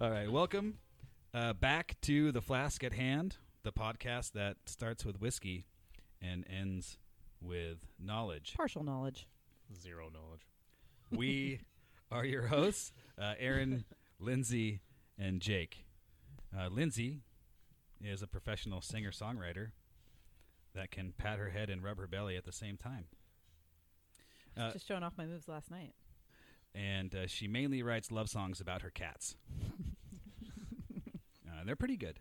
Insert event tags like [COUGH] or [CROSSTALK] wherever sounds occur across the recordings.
All right, welcome uh, back to the Flask at Hand, the podcast that starts with whiskey and ends with knowledge. Partial knowledge. Zero knowledge. We are your hosts, uh, Aaron, Lindsay, and Jake. Uh, Lindsay is a professional singer songwriter that can pat her head and rub her belly at the same time. Uh, Just showing off my moves last night. and uh, she mainly writes love songs about her cats. uh, they're pretty good.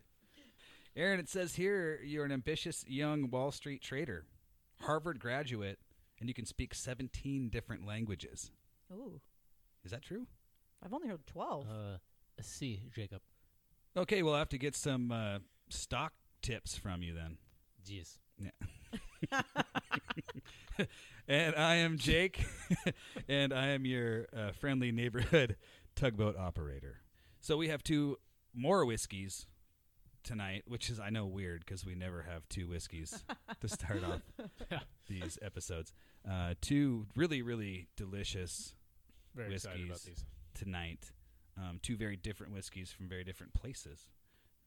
Aaron, it says here you're an ambitious young Wall Street trader, Harvard graduate, and you can speak 17 different languages. Ooh, Is that true? I've only heard twelve. Uh, see, Jacob. Okay, we'll have to get some uh, stock tips from you then. Jeez. And I am Jake, [LAUGHS] and I am your uh, friendly neighborhood [LAUGHS] tugboat operator. So we have two more whiskeys tonight, which is, I know, weird because we never have two whiskeys to start off these episodes. Uh, two really, really delicious Very excited about Whiskeys. these. tonight. Um, two very different whiskeys from very different places.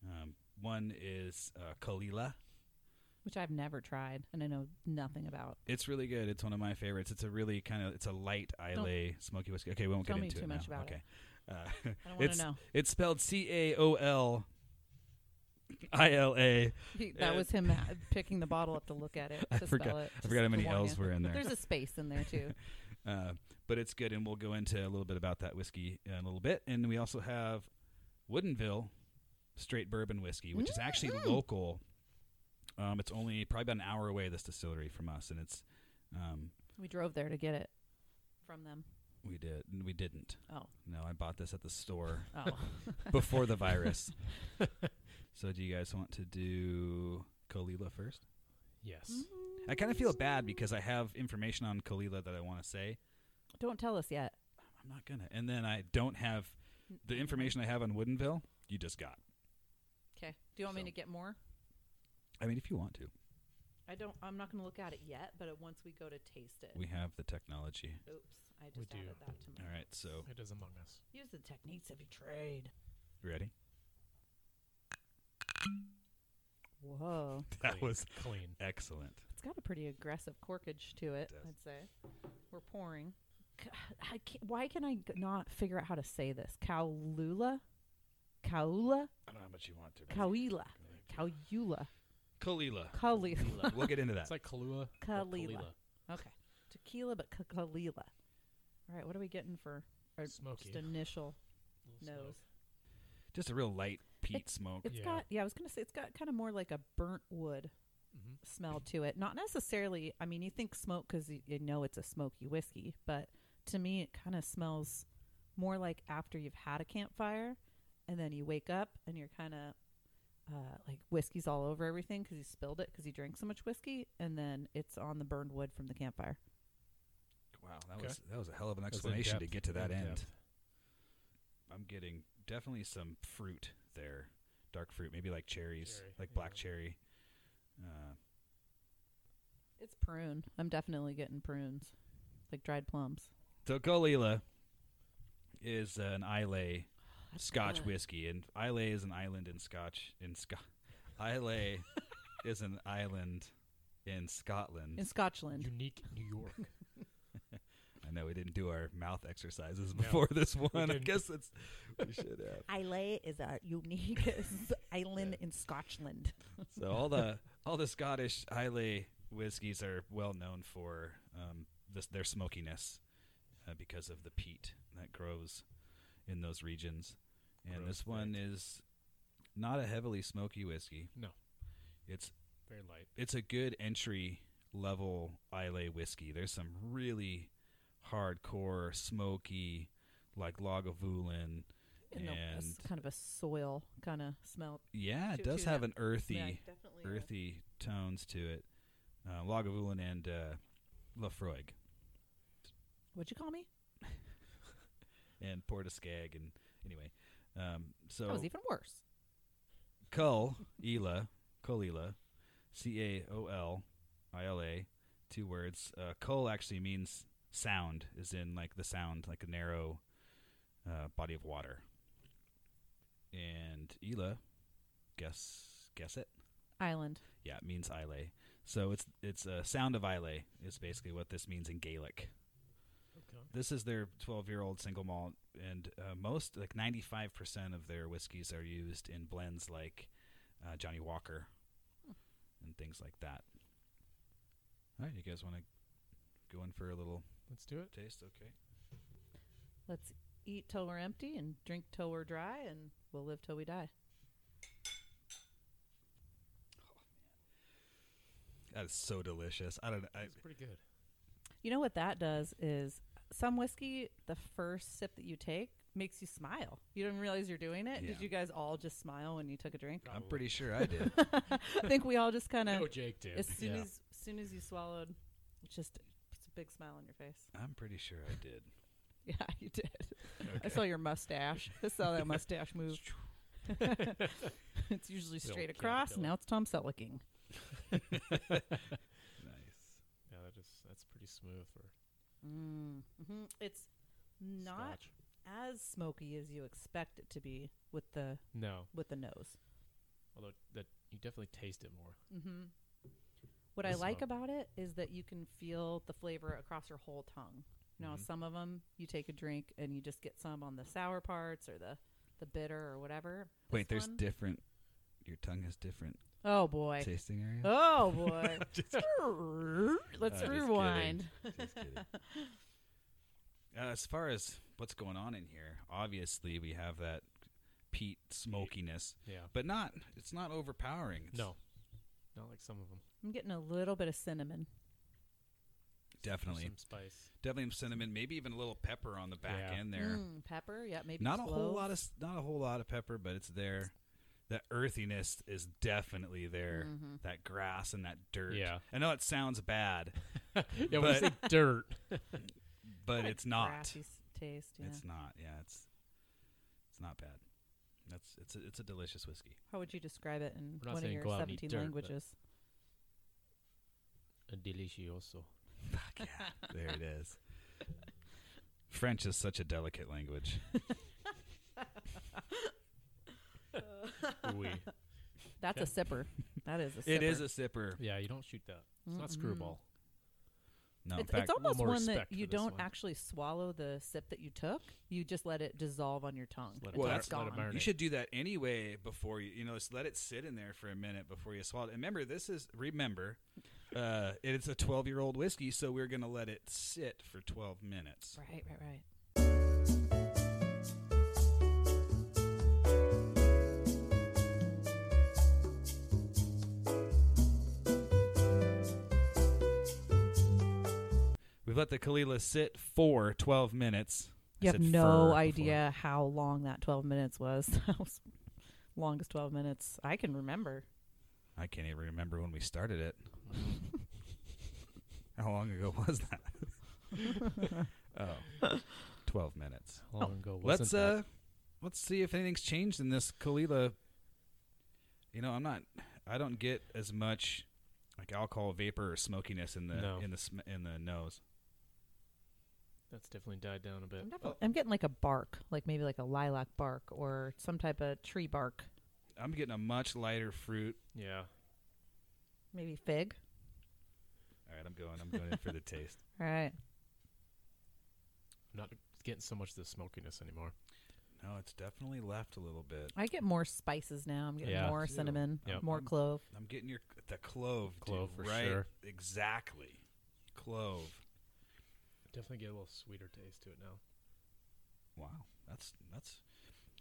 Um, one is uh, Kalila, which I've never tried and I know nothing about. It's really good. It's one of my favorites. It's a really kind of it's a light ILA smoky whiskey. Okay, we won't tell get me into too it much now. about it. okay. Uh, [LAUGHS] I don't want it's to know. [LAUGHS] it's spelled C A O L I L A. He, that uh, was him ha- picking the bottle up to look at it. [LAUGHS] I to forgot- Spell it, I forgot how many L's else were in there. There's a space in there too. [LAUGHS] Uh, but it's good, and we'll go into a little bit about that whiskey in a little bit. And we also have Woodenville Straight Bourbon Whiskey, which is actually Mm-hmm. local. Um, it's only probably about an hour away this distillery from us, and it's um, We drove there to get it [LAUGHS] from them. we did we didn't. Oh, No, I bought this at the store. oh, before the virus. so, do you guys want to do Kalila first? Hmm? Yes. I kind of feel bad because I have information on Kalila that I want to say. [LAUGHS] don't tell us yet. I'm not gonna, and then I don't have the information I have on Woodenville. You just got. Okay. Do you want So- me to get more? I mean, if you want to, I don't. I'm not going to look at it yet. But it- once we go to taste it, we have the technology. oops, I We just do. added that to me. All right, so It is among us. Use the techniques of your trade. you ready? Whoa. That Clean. was clean. excellent. It's got a pretty aggressive corkage to It it, does. I'd say. We're pouring. C- I can't, why can I g- not figure out how to say this? Kaulula? I Kaula? don't know how much you want to. Kauila. Kaula. Kalila. Kalila. [LAUGHS] Kalila. We'll get into that. It's like Kahlua. but Kalila. Okay. Tequila, but k- Kalila. All right, what are we getting for our Smoky. just initial Little nose? Just a real light peat It's- smoke. It's Yeah. got, yeah, I was going to say, it's got kind of more like a burnt wood smoke. Mhm. smell to it. Not necessarily. I mean, you think smoke because you, you know it's a smoky whiskey, but to me, it kind of smells more like after you've had a campfire, and then you wake up and you're kind of uh, like whiskey's all over everything because you spilled it because you drank so much whiskey, and then it's on the burned wood from the campfire. Wow, that Okay. was that was a hell of an That's explanation to in-depth, get to that end. in-depth. I'm getting definitely some fruit there, dark fruit, maybe like cherries, Cherry, like yeah. black cherry. Uh, It's prune. I'm definitely getting prunes, like dried plums. so Golila is an Islay That's Scotch good. whiskey, and Islay is an island in Scotch in Scot. [LAUGHS] [LAUGHS] Islay is an island in Scotland. in Scotland. uh, Unique New York. I know we didn't do our mouth exercises No, before this one. I didn't. guess it's we should uh, have. Islay is a unique [LAUGHS] island in Scotland. So all the all the Scottish Islay whiskies are well known for um, this, their smokiness uh, because of the peat that grows in those regions. And Grows this one is not a heavily smoky whiskey. No. It's Very light. it's a good entry level Islay whiskey. There's some really hardcore smoky like Lagavulin. you know, a s- And- kind of a soil kind of smell. Yeah, it To- does to have that- an earthy definitely. uh, earthy tones to it. Uh, Lagavulin and uh, Lafroig What'd you call me? and Portiscag and anyway, um, so that was e- even worse. Cull Ela Colila, C A O L I L A, two words. Uh, Cull actually means sound, is in like the sound, like a narrow uh, body of water. and Ela, guess guess it. Island. Yeah, it means Islay. So it's it's a sound of Islay is basically what this means in Gaelic. Okay. This is their 12 year old single malt, and uh, most like 95 percent of their whiskeys are used in blends like uh, Johnny Walker and things like that. All right, you guys want to go in for a little Let's do it. taste? Okay. Let's eat till we're empty and drink till we're dry, and we'll live till we die. That is so delicious. I don't know. I, It's pretty good. You know what that does is some whiskey, the first sip that you take makes you smile. You don't realize you're doing it. Yeah. Did you guys all just smile when you took [LAUGHS] a drink? [LAUGHS] I'm Probably. pretty sure I did. [LAUGHS] I think we all just kind of No, Jake did. as soon yeah. as soon as you swallowed, it's just it's a big smile on your face. I'm pretty sure I did. [LAUGHS] Yeah, you did. I saw your mustache. I saw that mustache [LAUGHS] move. [LAUGHS] it's usually Bill straight can't across. tell. Now it's Tom Sellicking. Nice. Yeah, that is that's pretty smooth for Mm. hmm It's not Scotch. as smoky as you expect it to be with the No, with the nose. although that you definitely taste it more. Mm-hmm. What I The like smoke. about it is that you can feel the flavor across your whole tongue. You Mm-hmm. know, Mhm. some of them you take a drink and you just get some on the sour parts or the the bitter or whatever. Wait, This there's one- different. Your tongue has different oh boy, tasting areas. oh boy. Let's Uh, just rewind. Just [LAUGHS] kidding. Uh, as far as what's going on in here, obviously we have that peat smokiness, Yeah. but not. It's not overpowering. It's No, not like some of them. I'm getting a little bit of cinnamon. definitely, Some spice. definitely some cinnamon, maybe even a little pepper on the back Yeah. end there. Mm, pepper, yeah, maybe Not a whole clove. lot of s- not a whole lot of pepper, but it's there. That earthiness is definitely there. Mhm. That grass and that dirt. Yeah. I know it sounds bad, yeah, when you say dirt. but Kinda it's not. grassy s- taste. Yeah. It's not. Yeah, it's it's not bad. That's it's a, it's a delicious whiskey. How would you describe it in We're not one of saying your go out and eat 17 dirt, but- languages? A [LAUGHS] uh, delicioso. Fuck yeah, there it is. [LAUGHS] French is such a delicate language. Oui. That's a sipper. That is a. [LAUGHS] Sipper. It is a sipper. Yeah, you don't shoot that. It's not Mm-mm. screwball. No, in It's, fact, it's almost more one that respect you for this don't one. actually swallow the sip that you took. You just let it dissolve on your tongue. Just let it until mar- it's let it gone. marinate. you should do that anyway before you you know just let it sit in there for a minute before you swallow it. And remember, this is remember, uh, it's a twelve year old whiskey, so we're gonna let it sit for twelve minutes. Right, right, right. We've let the Kalila sit for twelve minutes. I You have said no fur idea how long that 12 minutes was. [LAUGHS] That was longest 12 minutes I can remember. before. I can't even remember when we started it. [LAUGHS] How long ago was that? [LAUGHS] oh, 12 minutes. How long ago wasn't Let's that? uh let's see if anything's changed in this Kalila. You know, I'm not I don't get as much like alcohol vapor or smokiness in the No. in the sm- in the nose. That's definitely died down a bit. I'm, definitely, I'm getting like a bark, like maybe like a lilac bark or some type of tree bark, I'm getting a much lighter fruit. Yeah. maybe fig. All right, I'm going. I'm going in for the [LAUGHS] taste. All right. I'm not getting so much of the smokiness anymore. No, it's definitely left a little bit. I get more spices now. I'm getting Yeah. more Too. cinnamon, Yep. more I'm- clove. I'm getting your the clove, dude, Clove for right? sure. Exactly. Clove. Definitely get a little sweeter taste to it now. Wow, that's that's.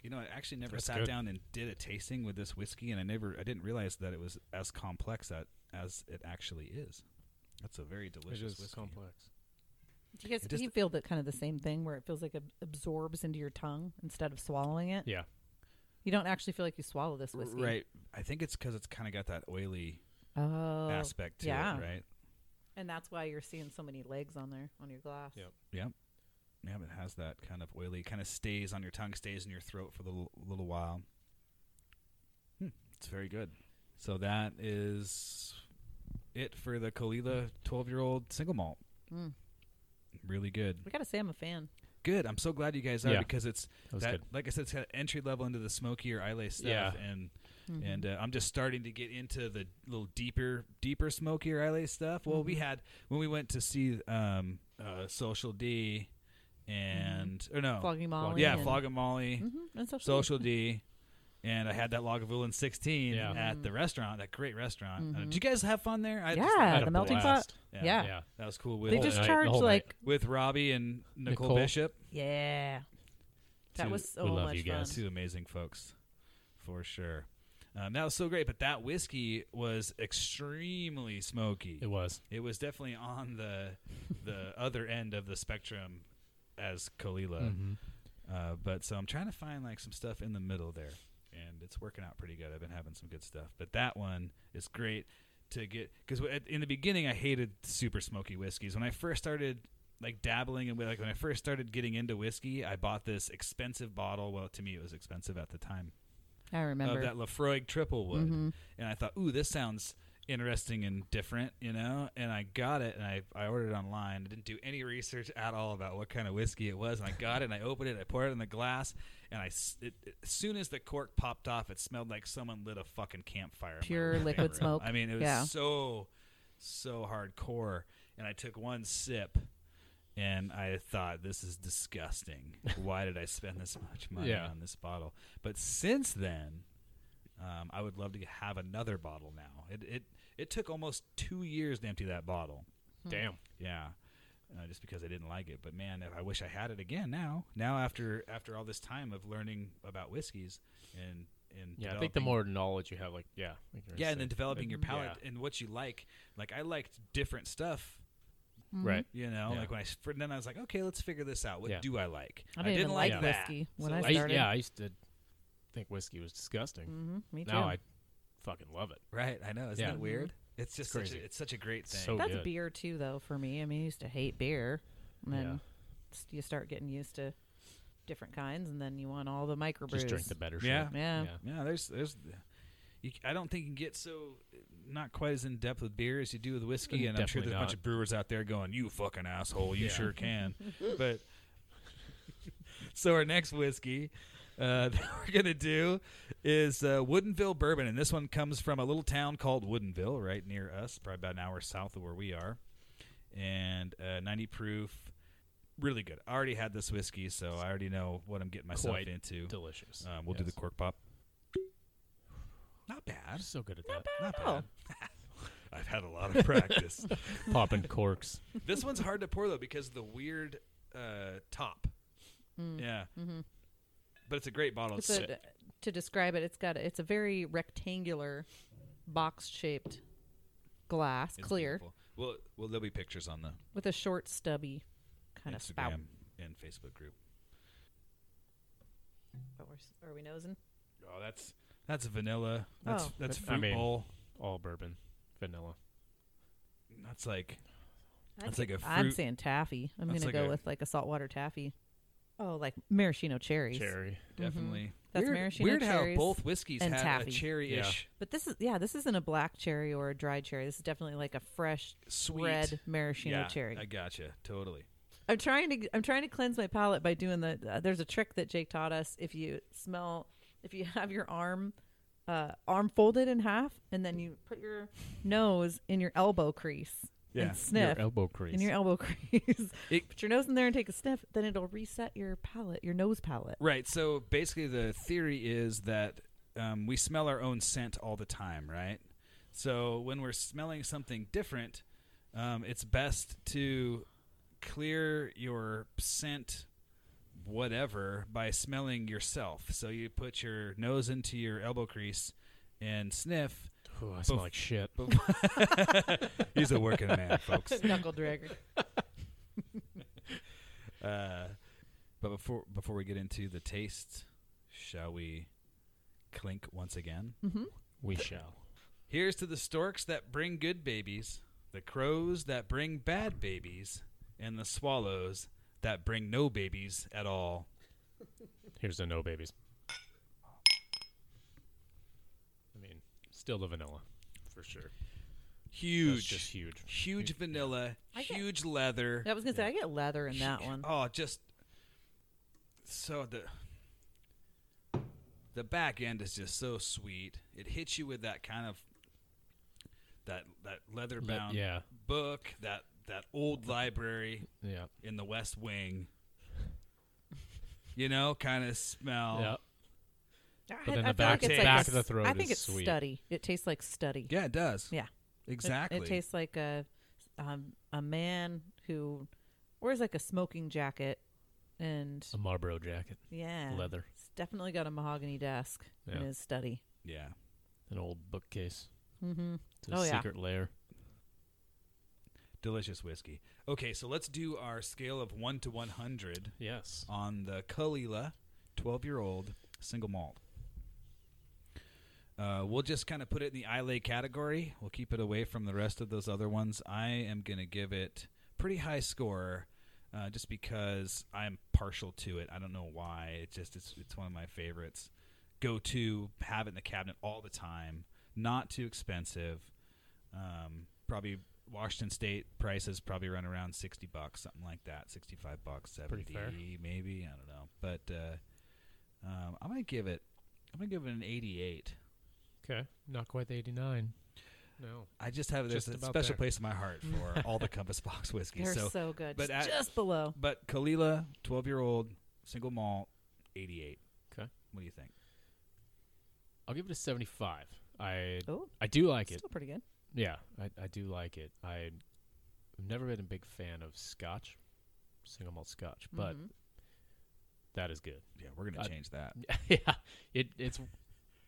You know, I actually never That's sat good. down and did a tasting with this whiskey, and I never, I didn't realize that it was as complex that, as it actually is. That's a very delicious it is whiskey. complex. [LAUGHS] Do you guys It just- do you feel that kind of the same thing where it feels like it absorbs into your tongue instead of swallowing it? Yeah. You don't actually feel like you swallow this R- whiskey. right? I think it's because it's kind of got that oily Oh. aspect to yeah. it, right? And that's why you're seeing so many legs on there on your glass. Yep. Yep. Yeah, it has that kind of oily, kind of stays on your tongue, stays in your throat for a little, little while. Hmm, it's very good. So that is it for the Kalila 12 year old single malt. Mm. Really good. I got to say I'm a fan. good. I'm so glad you guys are Yeah. because it's That was that, good. like I said, it's kind of entry level into the smokier Islay stuff, Yeah. and Mm-hmm. and uh, I'm just starting to get into the little deeper, deeper smokier Islay stuff. Well, we had when we went to see um, uh, Social D, and or no, Flogging Molly. uh, yeah, and, Flog and Molly, Mhm, and social. Social D, and I had that Lagavulin 16 Yeah. at Mm-hmm. the restaurant, that great restaurant. Uh, did you guys have fun there? I Yeah, Had Uh, the a melting blast. pot. Yeah. Yeah. Yeah. that was cool with They whole just night, the charge whole like with Robbie and Nicole, Nicole. Bishop. yeah. That Two- was so we love much you guys. fun. Two amazing folks, for sure. Um, that was so great, but that whiskey was extremely smoky. It was. It was definitely on the the other end of the spectrum as Kalila. Mm-hmm. Uh, but so I'm trying to find like some stuff in the middle there, and it's working out pretty good. I've been having some good stuff, but that one is great to get because in the beginning I hated super smoky whiskeys. When I first started like dabbling and like when I first started getting into whiskey, I bought this expensive bottle. Well, to me it was expensive at the time I remember. Mm-hmm. of that Lafroig triple wood, and I thought, ooh, this sounds interesting and different, you know. And I got it, and I, I ordered it online. I didn't do any research at all about what kind of whiskey it was, and I got it, and I opened it, I poured it in the glass, and I s- it, it- as soon as the cork popped off, it smelled like someone lit a fucking campfire. in my Pure living liquid room. smoke. I mean, it was Yeah. so so hardcore, and I took one sip. And I thought this is disgusting. Why did I spend this much money Yeah. on this bottle? But since then, um, I would love to have another bottle now. It it it took almost two years to empty that bottle. Hmm. Damn. Yeah, uh, just because I didn't like it. But man, I wish I had it again now. Now after after all this time of learning about whiskeys and and Yeah, I think the developing- more Mm-hmm. knowledge you have, like, yeah. like you were yeah, and then saying, developing like, your palate and what you like. Like I liked different stuff yeah, Mm-hmm. Right. you know, Yeah. like when I s- for- then I was like, okay, let's figure this out. What Yeah. do I like? I didn't, even like, like that. whiskey when So I I used, started. yeah, I used to think whiskey was disgusting. hmm me too. Now I fucking love it. Right? I know. Isn't Yeah. that weird? Mm-hmm. It's just such a, crazy. it's such a great thing. So- That's good. beer too, though. For me, I mean, I used to hate beer, and then s- you start getting used to different kinds, and then you want all the microbrews. Just drink the better Yeah. shit. Yeah. yeah, there's there's. You, c- I don't think you can get so uh, not quite as in depth with beer as you do with whiskey, and I'm sure Definitely there's a bunch not. of brewers out there going, "You fucking asshole, you Yeah. sure [LAUGHS] can." but [LAUGHS] so our next whiskey uh, [LAUGHS] that we're gonna do is uh, Woodinville Bourbon, and this one comes from a little town called Woodinville, right near us, probably about an hour south of where we are, and uh, 90 proof. Really good. I already had this whiskey, so I already know what I'm getting myself Quite into. Delicious. Um, we'll do the Yes. cork pop. Not bad. I'm so good at Not that. bad at all. [LAUGHS] I've had a lot of [LAUGHS] practice. Popping corks. this one's hard to pour though because of the weird uh, top. Yeah. But it's a great bottle. Mm. Mm-hmm. It's a, to describe it, it's got a, it's a very rectangular, box shaped glass, it's clear, beautiful. Well, well, there'll be pictures on the with a short stubby kind of spout. Instagram and Facebook group. But we're, s- are we nosing? Oh, that's that's vanilla. That's Oh. that's I fruit mean- bowl. All bourbon. Vanilla. That's like I that's think- like a I'm fruit. saying taffy. I'm That's gonna like go a- with like a saltwater taffy. Oh, like maraschino cherries. Cherry. Definitely. mm-hmm. That's weird, maraschino Weird how cherries both whiskeys and had taffy. a cherry-ish But this is yeah, this isn't a black cherry or a dried cherry. This is definitely like a fresh sweet red maraschino yeah, cherry. I gotcha. Totally. I'm trying to I'm trying to cleanse my palate by doing the. Uh, there's a trick that Jake taught us. If you smell, if you [LAUGHS] have your arm, uh, arm folded in half, and then you put your nose in your elbow crease Yeah, your and sniff Your elbow crease. in your elbow [LAUGHS] crease. It- put your nose in there and take a sniff. Then it'll reset your palate, your nose palate. Right. So basically, the theory is that um, we smell our own scent all the time, right? So when we're smelling something different, um, it's best to clear your scent, whatever, by smelling yourself. So you put your nose into your elbow crease and sniff. Ooh, I smell Bef- like shit. He's a working man, folks. Knuckle dragger. Uh, but before before we get into the taste, shall we clink once again? We shall. Here's to the storks that bring good babies, the crows that bring bad babies, and the swallows that bring no babies at all. Here's the no babies. I mean, still the vanilla, for sure. That's Huge, just huge. huge vanilla, I get- huge leather. I was gonna say I get leather in that one. Oh, just so the the back end is just so sweet. It hits you with that kind of that that leather Le- bound yeah. book, that that old library Yeah. in the West Wing. You know, kind of smell. Yeah. I, I then the feel back- like it's like back a of the s- throat I think is it's sweet. study. It tastes like study. Yeah, it does. Yeah. It- Exactly. It, tastes like a um, a man who wears like a smoking jacket and A Marlboro jacket, yeah, leather, He's definitely got a mahogany desk in Yeah. his study. yeah. an old bookcase, Mm-hmm. it's a Oh, yeah. secret lair. Delicious whiskey. Okay, so let's do our scale of 1 to 100 Yes. on the Kalila 12 year old single malt. Uh, we'll just kind of put it in the Islay category. We'll keep it away from the rest of those other ones. I am going to give it pretty high score uh, just because I'm partial to it. I don't know why. It just it's, it's one of my favorites. Go to, have it in the cabinet all the time. Not too expensive. Um, probably Washington State prices probably run around 60 bucks, something like that. 65 bucks, 70 Pretty fair. maybe. I don't know. But uh, um, I'm going to give it I'm going to give it an 88. Okay. Not quite the 89. No. I just have there's Just a about special there. place in my heart [LAUGHS] for all the Compass Box whiskey. They're so, So, good. but just, at- just below. but Kalila, 12 year old single malt, 88. 'Kay. What do you think? I'll give it a 75. I Oh, I do like it. still pretty good. Yeah, I, I do like it. I- I've never been a big fan of Scotch, single malt Scotch, but Mhm. that is good. Yeah, we're gonna Uh, change that. [LAUGHS] yeah, it it's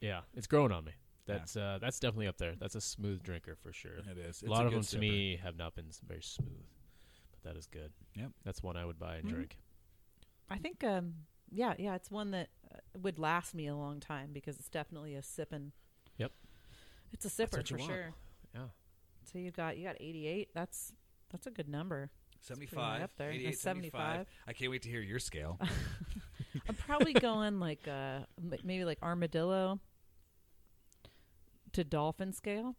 yeah, it's growing on me. That's uh, that's definitely up there. That's a smooth drinker for sure. It is. It's a lot of good them to sipper. me have not been s- very smooth, but that is good. Yep. Mm-hmm. that's one I would buy and Mhm. drink. I think, um, yeah, yeah, it's one that uh, would last me a long time because it's definitely a sipping. Yep. It's a sipper what you for want. sure. Yeah. So you got you got 88. That's that's a good number. pretty high 75, up there. 88, It's 75. I can't wait to hear your scale. I'm probably [LAUGHS] going like uh m- maybe like armadillo to dolphin scale.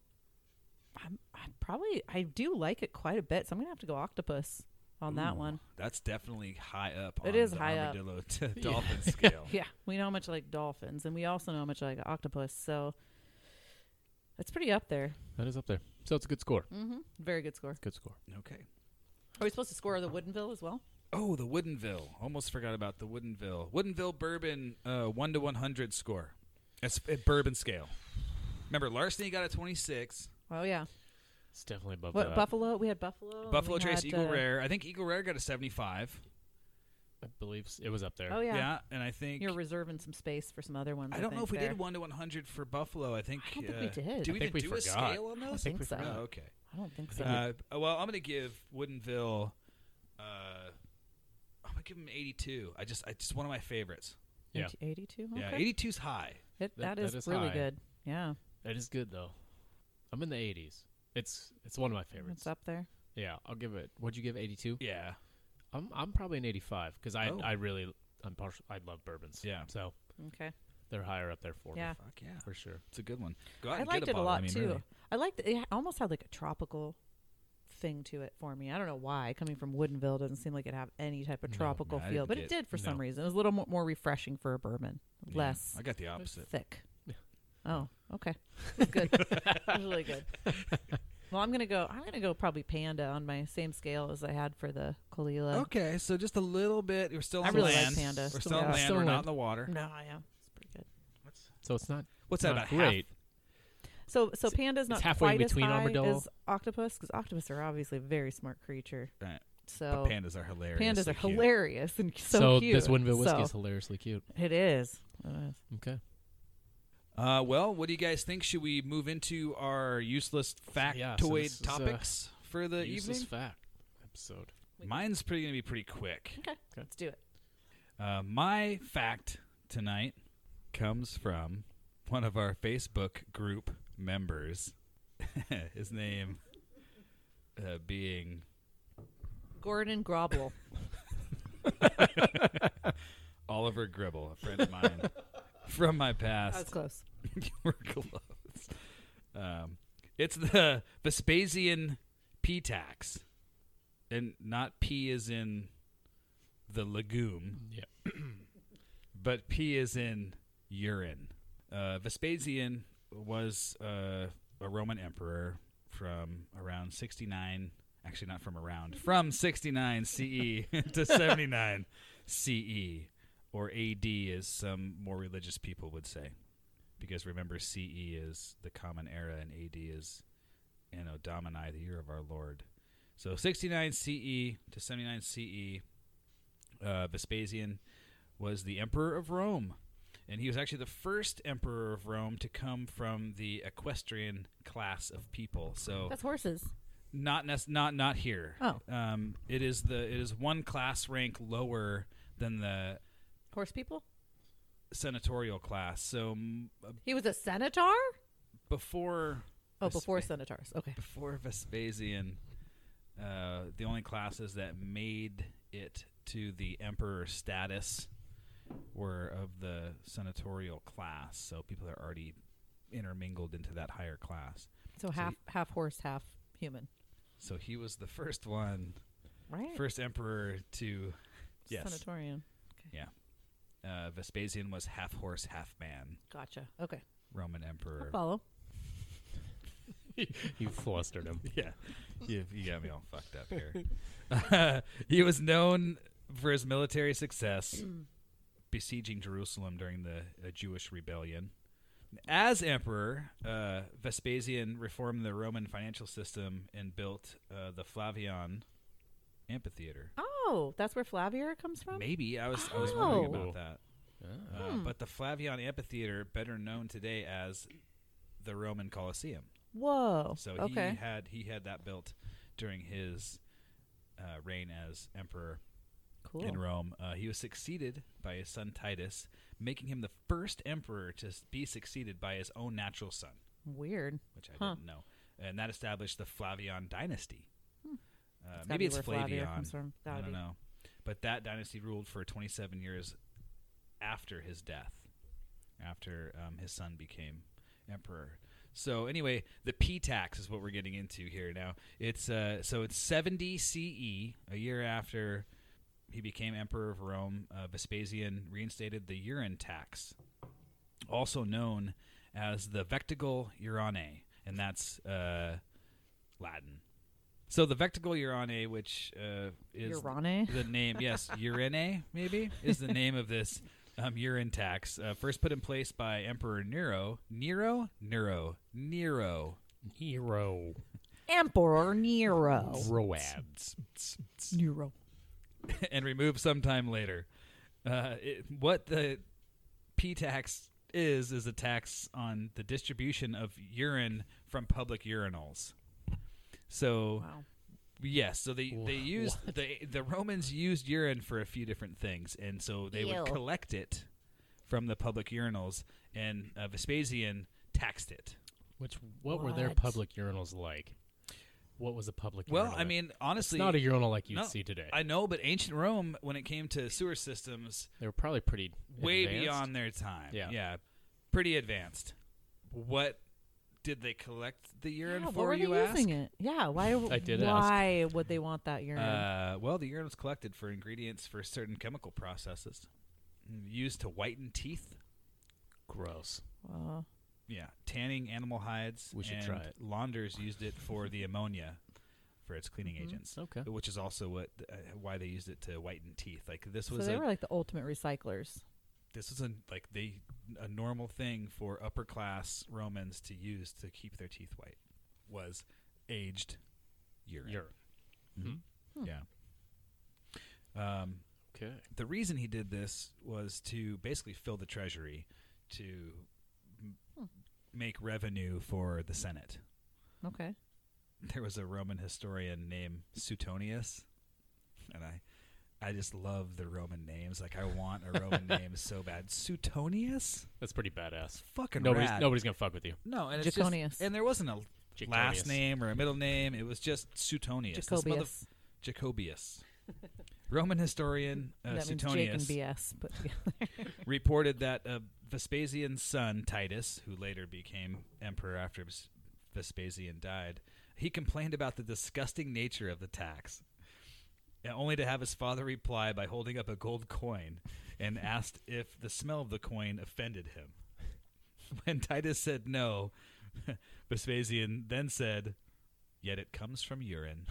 I'm I probably I do like it quite a bit, so I'm gonna have to go octopus on that Ooh, one. That's definitely high up. It on is the high up. armadillo [LAUGHS] [LAUGHS] to dolphin scale. Yeah, we know how much I like dolphins, and we also know how much I like octopus. So it's pretty up there. That is up there. So it's a good score. Mm-hmm. Very good score. Good score. Okay. Are we supposed to score the Woodenville as well? Oh, the Woodenville. Almost forgot about the Woodenville. Woodenville bourbon uh, one to one hundred score, As- at bourbon scale. Remember, Larceny got a twenty six. Oh yeah. It's definitely above What that. Buffalo? We had Buffalo. and Buffalo we Trace had, Eagle uh, Rare. I think Eagle Rare got a seventy five. I believe s- it was up there. Oh yeah. Yeah. and I think You're reserving some space for some other ones. I don't know think, if we there. did one to one hundred for Buffalo. I think. I don't think uh, we did. Do I we think even we do a forgot. scale on I don't those? think so. Oh, okay. I don't think so. Uh, well, I'm gonna give Woodenville. Uh, I'm gonna give him 82. I just, I just one of my favorites. Yeah. 82. Yeah, Okay. 82's high. It, That- that is, that is really high. good. Yeah, That is good though. I'm in the 80s. It's it's one of my favorites. it's up there. Yeah, I'll give it. What'd you give? 82. Yeah, I'm I'm probably an 85 because I Oh. I really I'm partial. I love bourbons. Yeah. so Okay. they're higher up there for me Yeah, fuck yeah, for sure. it's a good one. Go out I and liked get a it a bottle. lot I mean, too. really. I liked it. It almost had like a tropical thing to it for me. I don't know why. Coming from Woodenville doesn't seem like it have any type of No, tropical no, I feel, didn't but it get- did for some no. reason. It was a little more, more refreshing for a bourbon, Yeah, less I got the opposite. thick. Yeah. Oh, okay. That's good. That's really [LAUGHS] good. Well, I'm gonna go. I'm gonna go probably Panda on my same scale as I had for the Kalila. Okay, so just a little bit. We're still I on really like land. Panda. We're Still still on like- land. Still We're land. not in the water. No, yeah, it's pretty good. So it's not What's not that? About half? Uh, great. So so panda's not halfway quite between as high armadillo. as octopus because octopus are obviously a very smart creature. Right. So But pandas are hilarious. pandas They're are cute. hilarious and so, cute. this Winville whiskey So is hilariously cute. it is. It is. Okay. Uh, well, what do you guys think? Should we move into our useless factoid Yeah, so this is, uh, topics for the Useless evening? fact episode. Mine's pretty gonna be pretty quick. Let's do it. Uh, my fact tonight comes from one of our Facebook group members. [LAUGHS] His name uh, being Gordon Grobble. Oliver Gribble, a friend of mine from my That was past. close. [LAUGHS] We're close. Um, it's the Vespasian P tax, and not P is in the legume. Yeah. [CLEARS THROAT] but P is in urine. Uh, Vespasian was uh, a Roman emperor from around 69, actually, not from around, from 69 CE [LAUGHS] to 79 CE, or AD, as some more religious people would say. Because remember, CE is the common era, and AD is Anno Domini, the year of our Lord. So 69 CE to 79 CE, uh, Vespasian was the emperor of Rome. And he was actually the first emperor of Rome to come from the equestrian class of people. So That's horses. not nec- not not here. Oh. Um, it is the it is one class rank lower than the Horse people? senatorial class. So m- uh, He was a senator? before Oh, Vespa- before senators. Okay. before Vespasian, uh, the only classes that made it to the emperor status were of the senatorial class. So people are already intermingled into that higher class. So half half horse, half human. So he was the [LAUGHS] first one, Right? first emperor to. Yes. Senatorium. Uh, Vespasian was half horse, half man, Gotcha. Okay. Roman emperor. I'll follow. you flustered him. [LAUGHS] yeah, you, you got me all fucked up here. [LAUGHS] he was known for his military success, besieging Jerusalem during the uh, Jewish rebellion. As emperor, uh, Vespasian reformed the Roman financial system and built uh, the Flavian Amphitheater. Oh, that's where Flavier comes from? Maybe I was I was wondering Oh. about that. Ah. Hmm. Uh, But the Flavian Amphitheater, better known today as the Roman Colosseum. Whoa. So okay. he had he had that built during his uh, reign as emperor cool. in Rome. Uh, he was succeeded by his son Titus, making him the first emperor to s- be succeeded by his own natural son, Weird. which I Huh. didn't know, and that established the Flavian dynasty. Uh, Hmm. That's gotta maybe be it's where Flavier Flavian. comes from. I Gotta don't be. know, but that dynasty ruled for 27 years after his death, after um, his son became emperor. So anyway, the P tax is what we're getting into here now. It's uh, so it's 70 CE, a year after he became emperor of Rome. Uh, Vespasian reinstated the urine tax, also known as the vectigal uranae, and that's uh, Latin. So the vectigal uranae, which uh, is Urane? the name, yes, urine maybe is the name of this um, urine tax, uh, first put in place by Emperor Nero. Nero, Nero, Nero. Nero. Emperor Nero. Roads. Nero. [LAUGHS] and removed sometime later. Uh, it, what the P tax is is a tax on the distribution of urine from public urinals. So Wow. yes, so they they Wh- used they, the Romans used urine for a few different things, and so they Ew. would collect it from the public urinals, and uh, Vespasian taxed it. Which what, were their What? public urinals like? What was a public? Well, urinal I like? mean, it's honestly, not a urinal like you'd no, see today. I know, but ancient Rome, when it came to sewer systems, they were probably pretty way advanced. beyond their time. Yeah. pretty advanced. What did they collect the urine yeah, for? why were you they ask. using it? [LAUGHS] Yeah, why? w- I did ask. why would they want that urine? Uh, well, the urine was collected for ingredients for certain chemical processes, Mm, used to whiten teeth. Gross. Wow. Yeah, tanning animal hides. We should and try it. Launders used it for the ammonia for its cleaning agents, Mm-hmm. Okay. which is also what uh, why they used it to whiten teeth. Like this so was they a were like the ultimate recyclers. this was a like they a normal thing for upper class Romans to use to keep their teeth white was aged urine. Urine. Hmm. Yeah. Um, Okay. the reason he did this was to basically fill the treasury to m- make revenue for the Senate. Okay. There was a Roman historian named Suetonius, and I. I just love the Roman names. Like I want a [LAUGHS] Roman name so bad. Suetonius, That's pretty badass. fucking Nobody's rad. nobody's gonna fuck with you. No, and it's just- Jaconius. and there wasn't a Jaconius. last name or a middle name. It was just Suetonius. This mother- uh, Jacobius. Jacobius. Roman historian uh, that means Jake and Suetonius BS. But [LAUGHS] reported that uh, Vespasian's son Titus, who later became emperor after Ves- Vespasian died, he complained about the disgusting nature of the tax. and uh, only to have his father reply by holding up a gold coin and asked if the smell of the coin offended him. [LAUGHS] When Titus said no, [LAUGHS] Vespasian then said, "Yet it comes from urine."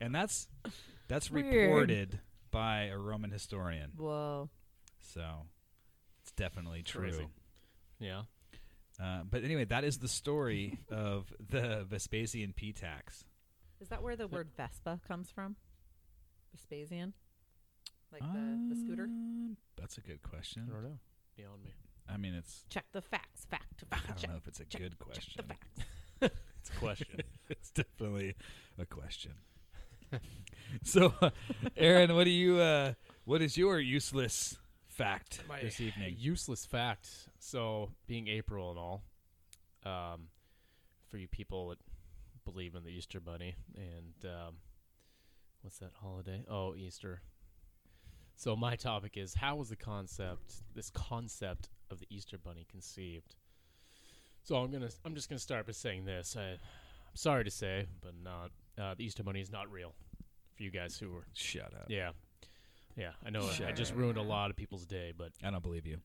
and that's that's Weird. reported by a Roman historian. Whoa. So it's definitely true. Crazy. Yeah. Uh, but anyway, that is the story of the Vespasian P tax. Is that where the word Vespa comes from? Vespasian? Like the, the scooter? Um, That's a good question. I don't know. Beyond me. I mean, it's Check the facts. Fact. I fact don't check, know if it's a check, good Check question. the facts. It's a [LAUGHS] question. it's definitely a question. [LAUGHS] so, uh, Aaron, what do you? Uh, what is your useless fact My this a evening? useless fact. So, being April and all, um, for you people that believe in the Easter Bunny and um, what's that holiday? Oh, Easter. So, my topic is how was the concept, this concept of the Easter Bunny conceived? So, I'm gonna, I'm just gonna start by saying this. I, I'm sorry to say, but not uh, the Easter Bunny is not real. For you guys who were, Shut up! yeah, yeah, I know I- I just Sure. ruined a lot of people's day, but I don't believe you.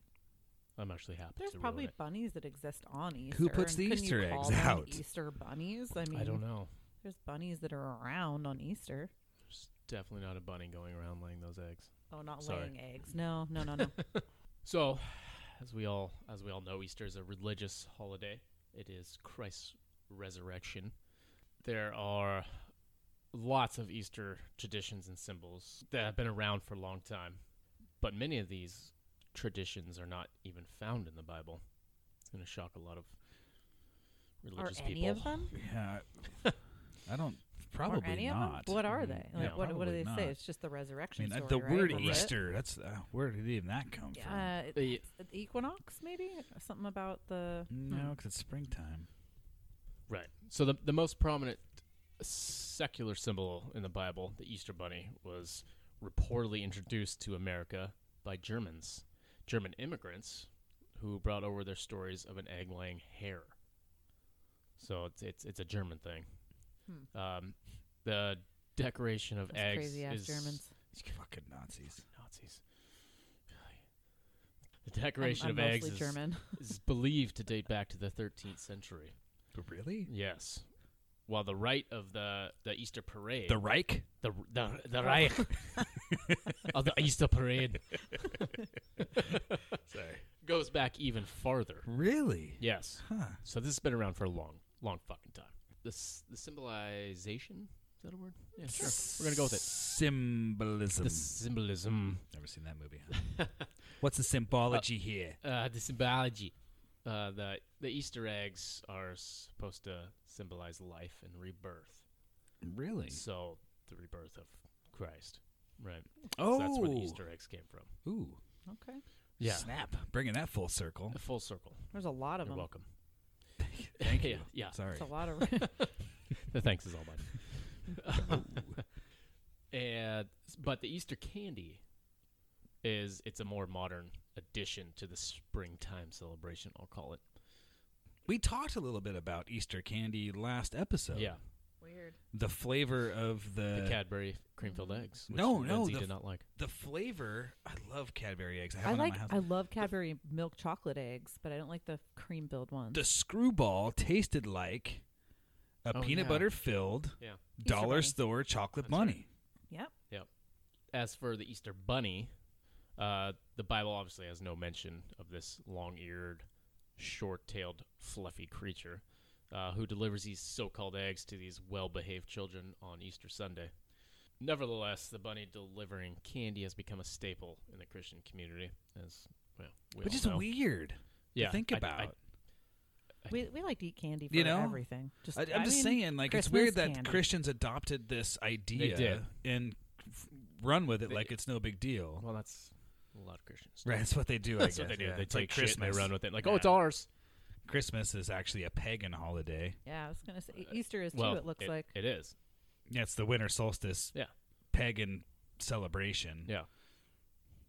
I'm actually happy. There's to ruin probably it. bunnies that exist on Easter. e- puts and the couldn't you Easter call eggs them out? Easter bunnies. I mean, I don't know. There's bunnies that are around on Easter. There's definitely not a bunny going around laying those eggs. Oh, not Sorry. laying eggs. No, [LAUGHS] no, no, no. So, as we all as we all know, Easter is a religious holiday. It is Christ's resurrection. There are lots of Easter traditions and symbols that have been around for a long time, but many of these traditions are not even found in the Bible. It's going to shock a lot of are religious any people. of them? [LAUGHS] Yeah, I don't. Probably are any not. Mm-hmm. of them? What are Mm, they? yeah, Like, what, what do probably they not. say? It's just the I resurrection mean, uh, story. the right? word That's it. Easter. That's uh, where did even that come from? Yeah, it, The- it's the equinox maybe something about the No, because it's springtime. Right. So the the most prominent secular symbol in the Bible, the Easter bunny, was reportedly introduced to America by Germans, German immigrants who brought over their stories of an egg laying hare. So it's it's it's a German thing. Um, the decoration of eggs Hmm. crazy ass is Germans. These fucking Nazis. Nazis. The decoration I'm, of I'm eggs mostly is, German. [LAUGHS] is believed to date back to the 13th century. Really? Yes. While the right of the, the Easter parade, The oh. Reich? the the, the [LAUGHS] Reich of the Easter parade Sorry. goes back even farther. Really? Yes. Huh. So this has been around for a long, long fucking time. This the symbolization is that a word? Yeah, sure. We're gonna go with it. Symbolism. The symbolism, [LAUGHS] Never seen that movie. [LAUGHS] huh? What's the symbology here? uh, the symbology. Uh, the the Easter eggs are supposed to symbolize life and rebirth. Really? So the rebirth of Christ, right? Oh, So that's where the Easter eggs came from. Ooh, okay, Snap, bringing that full [LAUGHS] circle. A full circle. there's a lot of You're them. welcome. Thank Yeah, you. yeah. Sorry. It's a lot of [LAUGHS] The thanks is all mine. [LAUGHS] and but the Easter candy is it's a more modern addition to the springtime celebration. I'll call it. We talked a little bit about Easter candy last episode. yeah, weird. The flavor of the the Cadbury cream filled eggs. Which No, no, Lindsay the did f- not like. the flavor. I love Cadbury eggs. I have I one like at my house. I love Cadbury milk chocolate eggs, but I don't like the cream filled ones. the screwball tasted like a Oh, peanut yeah. butter filled Yeah. dollar bunny. store chocolate That's bunny. yep. As for the Easter bunny, uh, the Bible obviously has no mention of this long-eared, short-tailed, fluffy creature uh, who delivers these so-called eggs to these well-behaved children on Easter Sunday. Nevertheless, the bunny delivering candy has become a staple in the Christian community, as well. We Which all is know. weird. Yeah, think I- I- about. I- We we like to eat candy for You know? everything. Just I, I'm just mean, saying, like it's Christmas weird that candy. Christians adopted this idea did. and f- run with it They- like it's no big deal. well, that's a lot of Christians. Right, that's what they do. I That's guess. what they do. yeah. They It's take like shit and Christmas. they run with it. Like, Yeah. oh, it's ours. Christmas is actually a pagan holiday. Yeah, I was gonna say Uh, Easter is too. well, it looks like it is. Yeah, it's the winter solstice Yeah. pagan celebration. Yeah.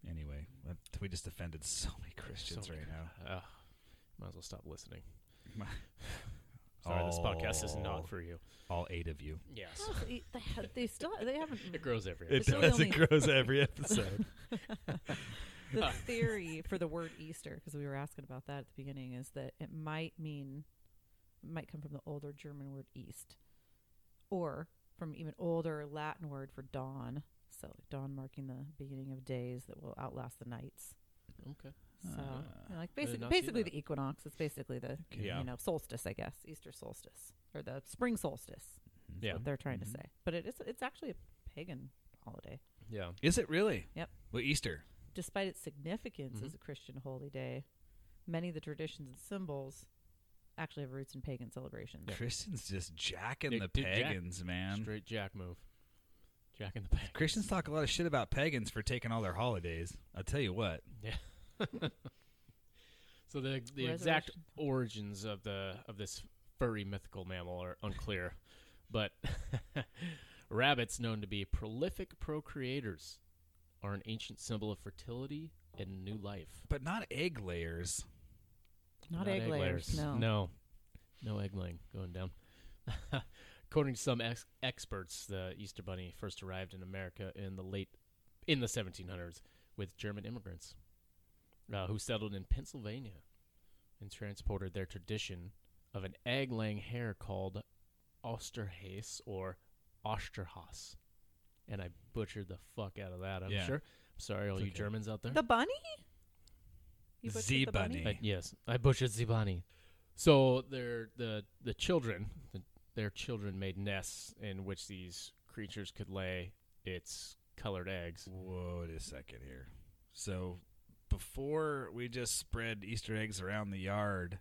Anyway, that- we just offended so many Christians So- right now. [LAUGHS] Uh, might as well stop listening. Sorry, this podcast is Oh. not for you. All eight of you. Yes. Well, they- they ha- [LAUGHS] they still they haven't It grows every It So episode. we does. It only- grows every [LAUGHS] episode. the [LAUGHS] theory for the word Easter, because we were asking about that at the beginning, is that it might mean, it might come from the older German word East, or from even older Latin word for dawn. So dawn marking the beginning of days that will outlast the nights. Okay. Uh, Ah. So you know, like I did basically, not see basically that. the equinox is basically the Okay. Yeah. you know solstice, I guess, Easter solstice or the spring solstice. is Yeah. Mm-hmm. what they're trying Mhm. to say. But it is it's actually a pagan holiday. Yeah. Is it really? Yep. Well, Easter. despite its significance Mhm. as a Christian holy day, many of the traditions and symbols actually have roots in pagan celebrations. Christians just jacking They the did jack. pagans, man. Straight Jack move. Jack in the back. Christians talk a lot of shit about pagans for taking all their holidays. I'll tell you what. So the the exact Resurrection. origins of the of this furry mythical mammal are unclear, but [LAUGHS] rabbits, known to be prolific procreators, are an ancient symbol of fertility and new life. But not egg layers. Not, egg, layers. No. no, no egg laying going down. [LAUGHS] According to some ex- experts, the Easter Bunny first arrived in America in the late in the 1700s with German immigrants uh, who settled in Pennsylvania and transported their tradition of an egg-laying hare called Osterhase or Osterhas. And I butchered the fuck out of that. I'm Yeah. sure. I'm sorry, all It's you okay. Germans out there. The bunny? You butchered Z the bunny. I, yes, I butchered Zibani. So their the the children, the, their children made nests in which these creatures could lay its colored eggs. Whoa, a second here. So before we just spread Easter eggs around the yard,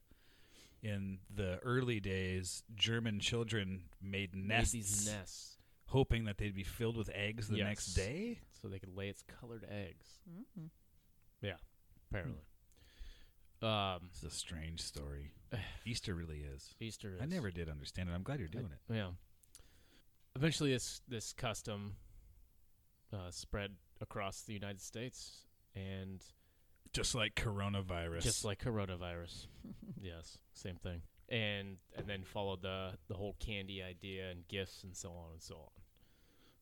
in the early days, German children made Made nests, these nests, hoping that they'd be filled with eggs the next Yes. day. so they could lay its colored eggs. Mhm. Apparently, um, It's a strange [SIGHS] story. Easter really is. Easter. Is, I never did understand it. I'm glad you're doing it. Yeah. Eventually, this this custom uh, spread across the United States, and Just like coronavirus. just like coronavirus. [LAUGHS] yes, same thing. And and then followed the the whole candy idea and gifts and so on and so on.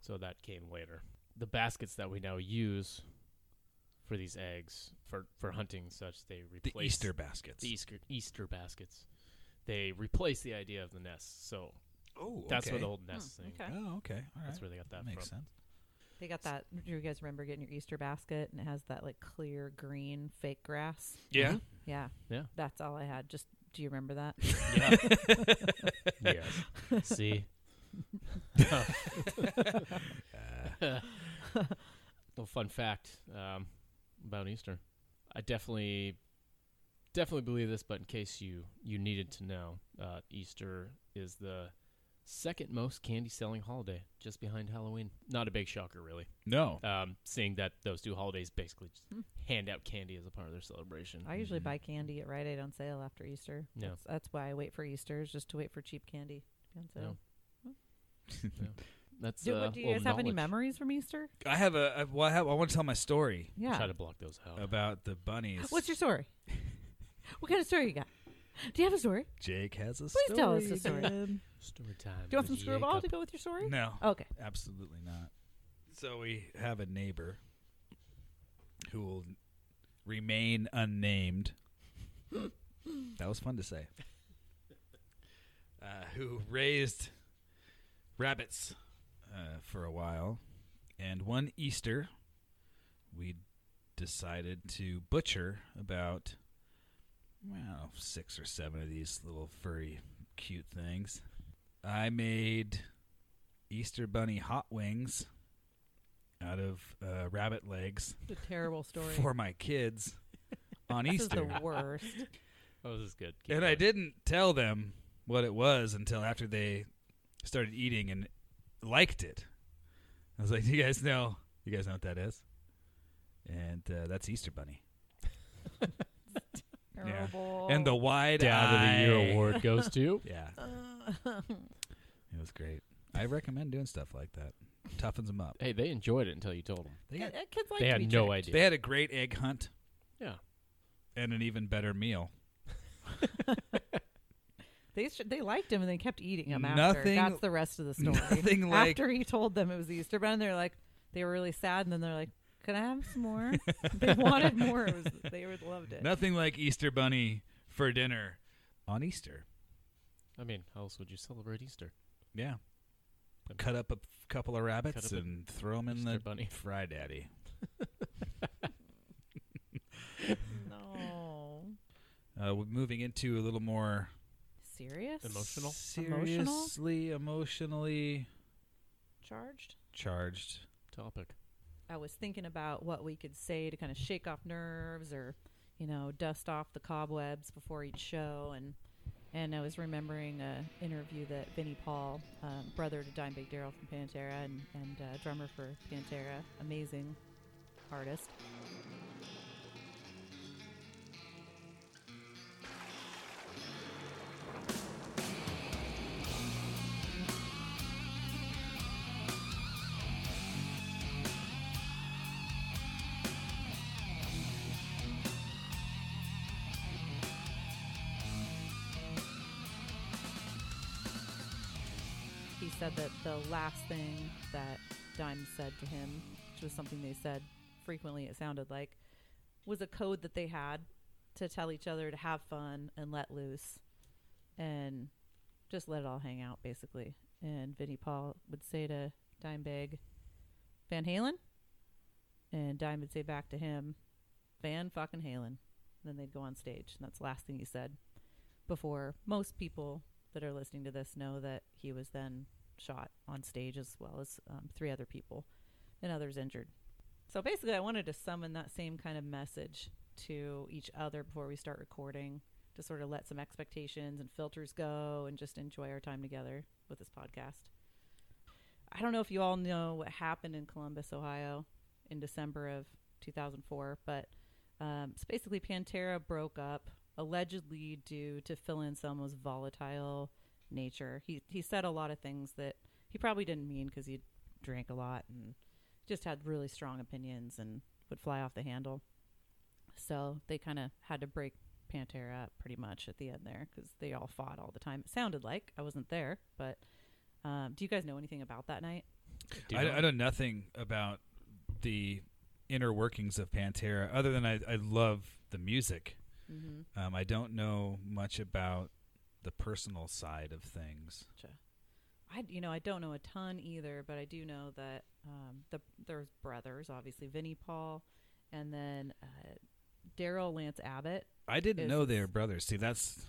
So that came later. The baskets that we now use for these eggs for for hunting and such they the replace Easter baskets. the Easter Easter baskets. They replace the idea of the nests. So oh, that's where okay. the whole nest Hmm, thing. okay. Oh, okay. All right. That's where they got that makes from. sense. They got that. Do you guys remember getting your Easter basket and it has that like clear green fake grass? Yeah. Yeah. Yeah. That's all I had. Just do you remember that? [LAUGHS] yes. See. Uh, Well, fun fact um, about Easter. I definitely, definitely believe this, but in case you you needed to know, uh, Easter is the second most candy selling holiday, just behind Halloween. Not a big shocker, really, no. um, seeing that those two holidays basically just Hmm. hand out candy as a part of their celebration. I usually Mhm. buy candy at Rite Aid on sale after Easter. Yeah. That's, that's why I wait for Easter, is just to wait for cheap candy to be on sale. Yeah. That's Do, uh, do you old guys have any knowledge. memories from Easter? I have a. I, well, I, have, I want to tell my story Yeah. Try to block those out. about the bunnies. What's [LAUGHS] your story? what kind of story you got? Do you have a story? Jake has a Please story. tell us a story. again. Story time. Do you want some with screwball to Jacob. go with your story? no, Oh, okay. absolutely not. So we have a neighbor who will remain unnamed. that was fun to say. Uh, who raised rabbits uh, for a while, and one Easter we decided to butcher about well six or seven of these little furry cute things. I made Easter bunny hot wings out of uh, rabbit legs It's a terrible story. for my [LAUGHS] kids on this Easter. is the worst. Oh, this is good. Keep and I going. didn't tell them what it was until after they started eating and liked it. I was like, "You guys know, you guys know what that is." And uh, that's Easter Bunny. [LAUGHS] Yeah. terrible. And the wide eye. award goes to. Yeah, [LAUGHS] Uh, it was great. I recommend doing stuff like that. Toughens them up. hey, they enjoyed it until you told them. They had, kids like they to had be no tricked. idea. they had a great egg hunt yeah. and an even better meal. They They sh- they liked him and they kept eating him after. Nothing- That's the rest of the story. [LAUGHS] nothing like- [LAUGHS] after he told them it was Easter Bunny, they're like they were really sad, and then they're like, "Can I have [LAUGHS] some more?" they wanted more. It was, they would loved it. Nothing like Easter Bunny for dinner on Easter. I mean, how else would you celebrate Easter? Yeah. Cut up a p- couple of rabbits up a and throw 'em throw them in Easter the bunny. [LAUGHS] fry daddy. No, Uh, we're moving into a little more serious, Emotional? Emotional? seriously emotionally charged. charged. Topic. I was thinking about what we could say to kind of shake off nerves or, you know, dust off the cobwebs before each show. And and I was remembering a interview that Vinnie Paul, um, brother to Dimebag Darrell from Pantera and, and uh, drummer for Pantera, amazing artist. he said that the last thing that Dime said to him, which was something they said frequently, it sounded like, was a code that they had to tell each other to have fun and let loose and just let it all hang out, basically. And Vinnie Paul would say to Dimebag, Van Halen? And Dime would say back to him, Van fucking Halen. And then they'd go on stage. And that's the last thing he said before most people that are listening to this know that he was then shot on stage as well as um, three other people and others injured. So basically, I wanted to summon that same kind of message to each other before we start recording to sort of let some expectations and filters go and just enjoy our time together with this podcast. I don't know if you all know what happened in Columbus, Ohio in December of 2004, but um, so basically, Pantera broke up allegedly due to Phil Anselmo's volatile nature. He he said a lot of things that he probably didn't mean because he drank a lot and just had really strong opinions and would fly off the handle. So they kind of had to break Pantera up pretty much at the end there because they all fought all the time. It sounded like I wasn't there, but um, do you guys know anything about that night? Do you I, know? I know nothing about the inner workings of Pantera other than I, I love the music. Mm-hmm. Um, I don't know much about the personal side of things. I you know I don't know a ton either, but I do know that um, the there's brothers, obviously Vinnie Paul, and then uh, Daryl Lance Abbott, I didn't Is know they this- were brothers. See, that's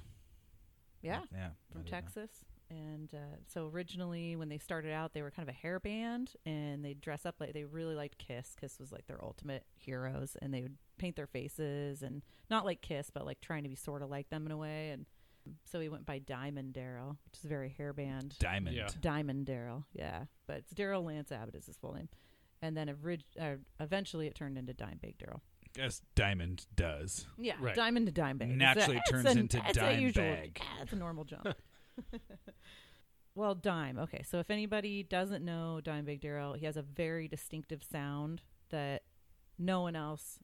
yeah, yeah, I from didn't know. Texas. And uh, so originally, when they started out, they were kind of a hair band, and they dress up like they really liked Kiss. Kiss was like their ultimate heroes, and they would paint their faces and not like Kiss, but like trying to be sort of like them in a way. And so he went by Diamond Daryl, which is very hair band. Diamond. Yeah. Diamond Daryl, yeah, but it's Daryl Lance Abbott is his full name, and then orig- uh, eventually it turned into Dime Big Daryl. As Diamond does. Yeah, Right. Diamond to Dime Bag It's a- Naturally it's turns an- into it's a Dime usual- Bag. yeah, it's a normal jump. [LAUGHS] well, Dime. Okay, so if anybody doesn't know Dime Big Daryl, he has a very distinctive sound that no one else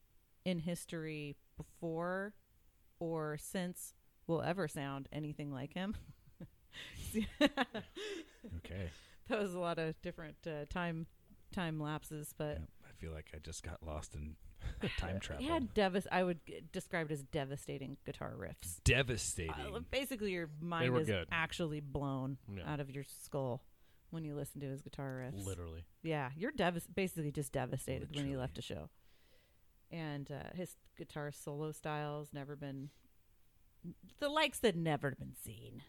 in history before or since will ever sound anything like him. [LAUGHS] See- Okay. that was a lot of different uh, time time lapses but Yep. I feel like I just got lost [LAUGHS] in time travel. he had devas i would g- describe it as devastating guitar riffs Devastating. Uh, basically your mind were is good. actually blown Yeah. out of your skull when you listen to his guitar riffs Literally. yeah you're devas- basically just devastated when you Literally. left a show and uh, his guitar solo styles never been the likes that never been [LAUGHS] seen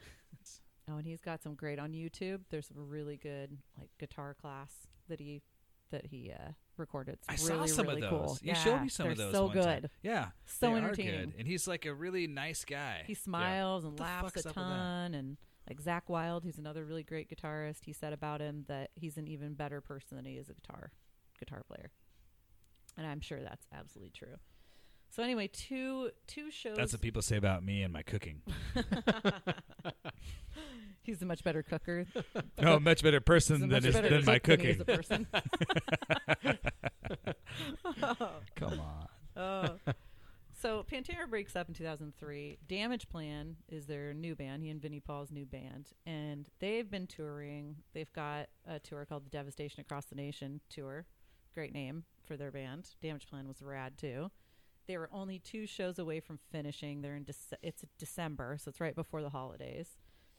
oh and he's got some great on youtube there's a really good like guitar class that he that he uh recorded I It's saw really, some really of those. cool You showed Yeah, me some of they're those. so one good time. Yeah. so they are entertaining good. And he's like a really nice guy. [LAUGHS] he smiles and the laughs fuck's a up with that? ton and like zach wild who's another really great guitarist he said about him that he's an even better person than he is a guitar guitar player and i'm sure that's absolutely true so anyway two two shows That's what people say about me and my [LAUGHS] cooking. he's a much better cooker No, Oh, a much better He's a person much than, is, better than my cook than he is cooking. a person. Come on. [LAUGHS] [LAUGHS] Oh. So Pantera breaks up in 2003. Damage Plan is their new band. He and Vinnie Paul's new band, and they've been touring. They've got a tour called the Devastation Across the Nation tour. Great name for their band. Damage Plan was rad too. They were only two shows away from finishing. They're in Dece- it's December, so it's right before the holidays.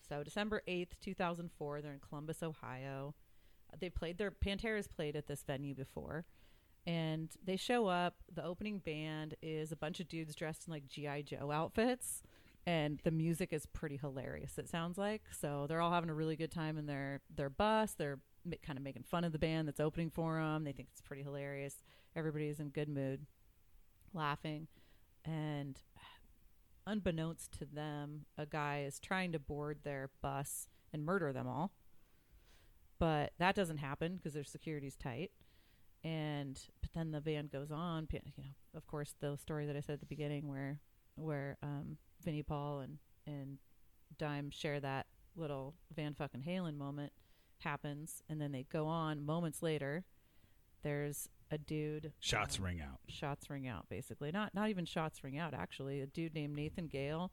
So December 8th, 2004, they're in Columbus, Ohio. They played their Pantera's played at this venue before. And they show up. The opening band is a bunch of dudes dressed in like G.I. Joe outfits. And the music is pretty hilarious, it sounds like. So they're all having a really good time in their, their bus. They're ma- kind of making fun of the band that's opening for them. They think it's pretty hilarious. Everybody's in good mood, laughing. And unbeknownst to them, a guy is trying to board their bus and murder them all. But that doesn't happen because their security's tight. And but then the band goes on. p- You know, of course, the story that I said at the beginning, where where um, Vinnie Paul and and Dime share that little Van fucking Halen moment happens, and then they go on. Moments later, there's a dude Shots um, ring out. shots ring out basically not not even shots ring out actually a dude named nathan gale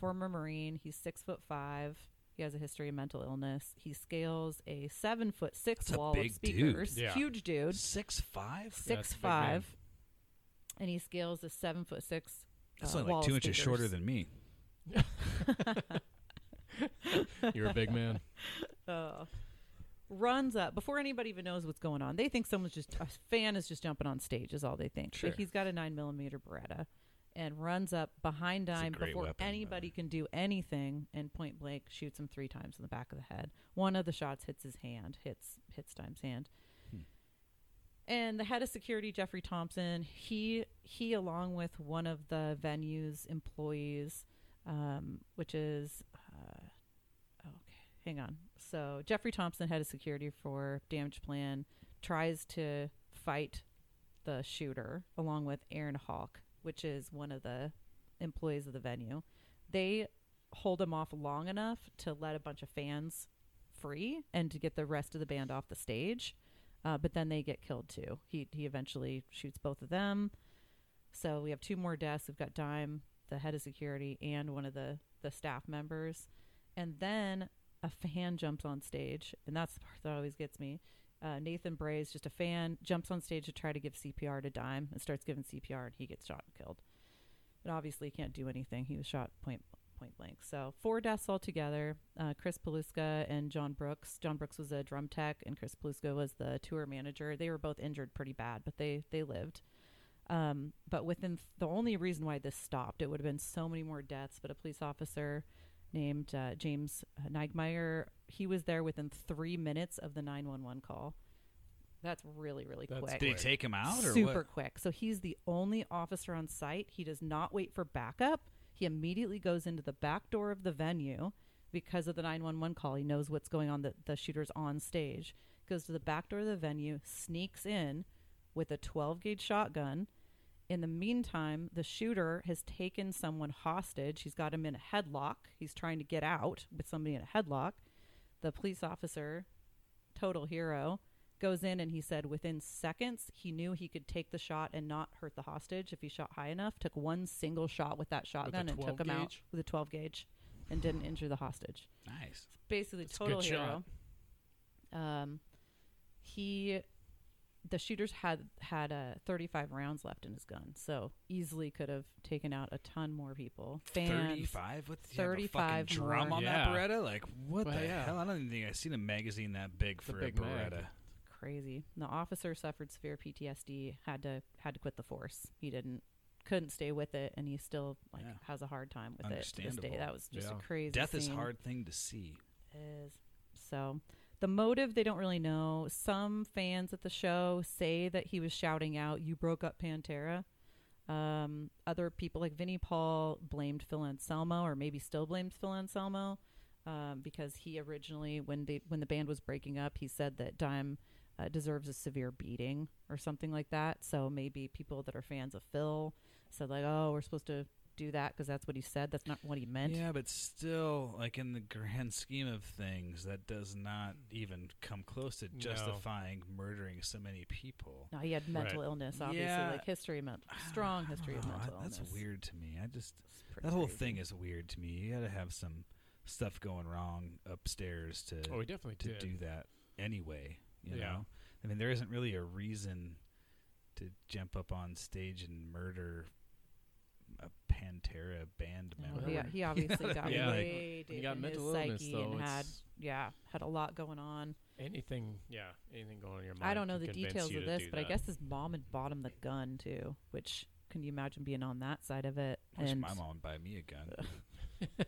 former marine he's six foot five he has a history of mental illness he scales a seven foot six That's a wall of big dude. speakers Yeah. huge dude Six five. six a big man. five and he scales a seven foot six That's uh, only wall like of two inches speakers. shorter than me. You're a big man. uh, runs up before anybody even knows what's going on. They think someone's just a fan is just jumping on stage is all they think. Sure. But he's got a nine millimeter Beretta and runs up behind a Dime great before weapon, by the anybody way. can do anything, and point blank shoots him three times in the back of the head. One of the shots hits his hand, hits hits Dime's hand. Hmm. And the head of security, Jeffrey Thompson, he he along with one of the venue's employees, um, which is uh, okay, hang on. So Jeffrey Thompson, head of security for Damage Plan, tries to fight the shooter along with Aaron Hawk, which is one of the employees of the venue. They hold him off long enough to let a bunch of fans free and to get the rest of the band off the stage. Uh, but then they get killed too. He he eventually shoots both of them. So we have two more deaths. We've got Dime, the head of security, and one of the the staff members. And then a fan jumps on stage, and that's the part that always gets me. Uh, Nathan Bray's just a fan jumps on stage to try to give CPR to Dime and starts giving CPR, and he gets shot and killed. And obviously, he can't do anything. He was shot point point blank. So four deaths altogether. Uh, Chris Paluska and John Brooks. John Brooks was a drum tech, and Chris Paluska was the tour manager. They were both injured pretty bad, but they they lived. Um, but within th- the only reason why this stopped, it would have been so many more deaths. But a police officer named uh, James Neigmeyer, he was there within three minutes of the 911 call. That's really, really That's quick. Did he take him out or Super what? quick. So he's the only officer on site. He does not wait for backup. He immediately goes into the back door of the venue because of the 911 call. He knows what's going on. The, the shooter's on stage. Goes to the back door of the venue, sneaks in with a 12 gauge shotgun. In the meantime, the shooter has taken someone hostage. He's got him in a headlock. He's trying to get out with somebody in a headlock. The police officer, total hero, goes in and he said within seconds he knew he could take the shot and not hurt the hostage if he shot high enough. Took one single shot with that shotgun and took 12 him out gauge? with a 12 gauge and didn't injure the hostage Nice. basically That's a total good hero. Um, he, the shooters had had uh, 35 rounds left in his gun, so easily could have taken out a ton more people. Fans, Thirty-five. What? you have a 35 fucking drum more. on Yeah. that Beretta? Like what Well, the yeah. hell? I don't even think I've seen a magazine that big It's a for big a mag. Beretta. crazy. The officer suffered severe PTSD, had to had to quit the force. He didn't couldn't stay with it, and he still like Yeah. has a hard time with it to this day. Understandable. That was just Yeah. a crazy. Death is scene. hard thing to see. is. So the motive they don't really know. Some fans at the show say that he was shouting out, "You broke up Pantera." Um, other people like Vinnie Paul blamed Phil Anselmo, or maybe still blames Phil Anselmo, um, because he originally, when they when the band was breaking up, he said that Dime uh, deserves a severe beating or something like that. So maybe people that are fans of Phil said like, "Oh, we're supposed to do that because that's what he said. That's not what he meant. Yeah, but still, like in the grand scheme of things, that does not even come close to No. justifying murdering so many people. No, he had mental illness, obviously, Yeah. like history of mental, [SIGHS] [SIGHS] strong I don't history of know, I- mental illness. That's weird to me. I just It's pretty that whole crazy. thing is weird to me. You got to have some stuff going wrong upstairs to Oh, we definitely to did. do that anyway. You Yeah. know, I mean, there isn't really a reason to jump up on stage and murder a Pantera band Well, member. [LAUGHS] he, Whatever. he obviously got Yeah, like, way When deep you got in his mental illness, psyche though, and had it's- yeah had a lot going on. anything, yeah, anything going on in your mind. I don't know can the convince details you of to this, do but I that. guess his mom had bought him the gun too, which can you imagine being on that side of it? I wish and my mom would buy me a [LAUGHS] gun. It'd be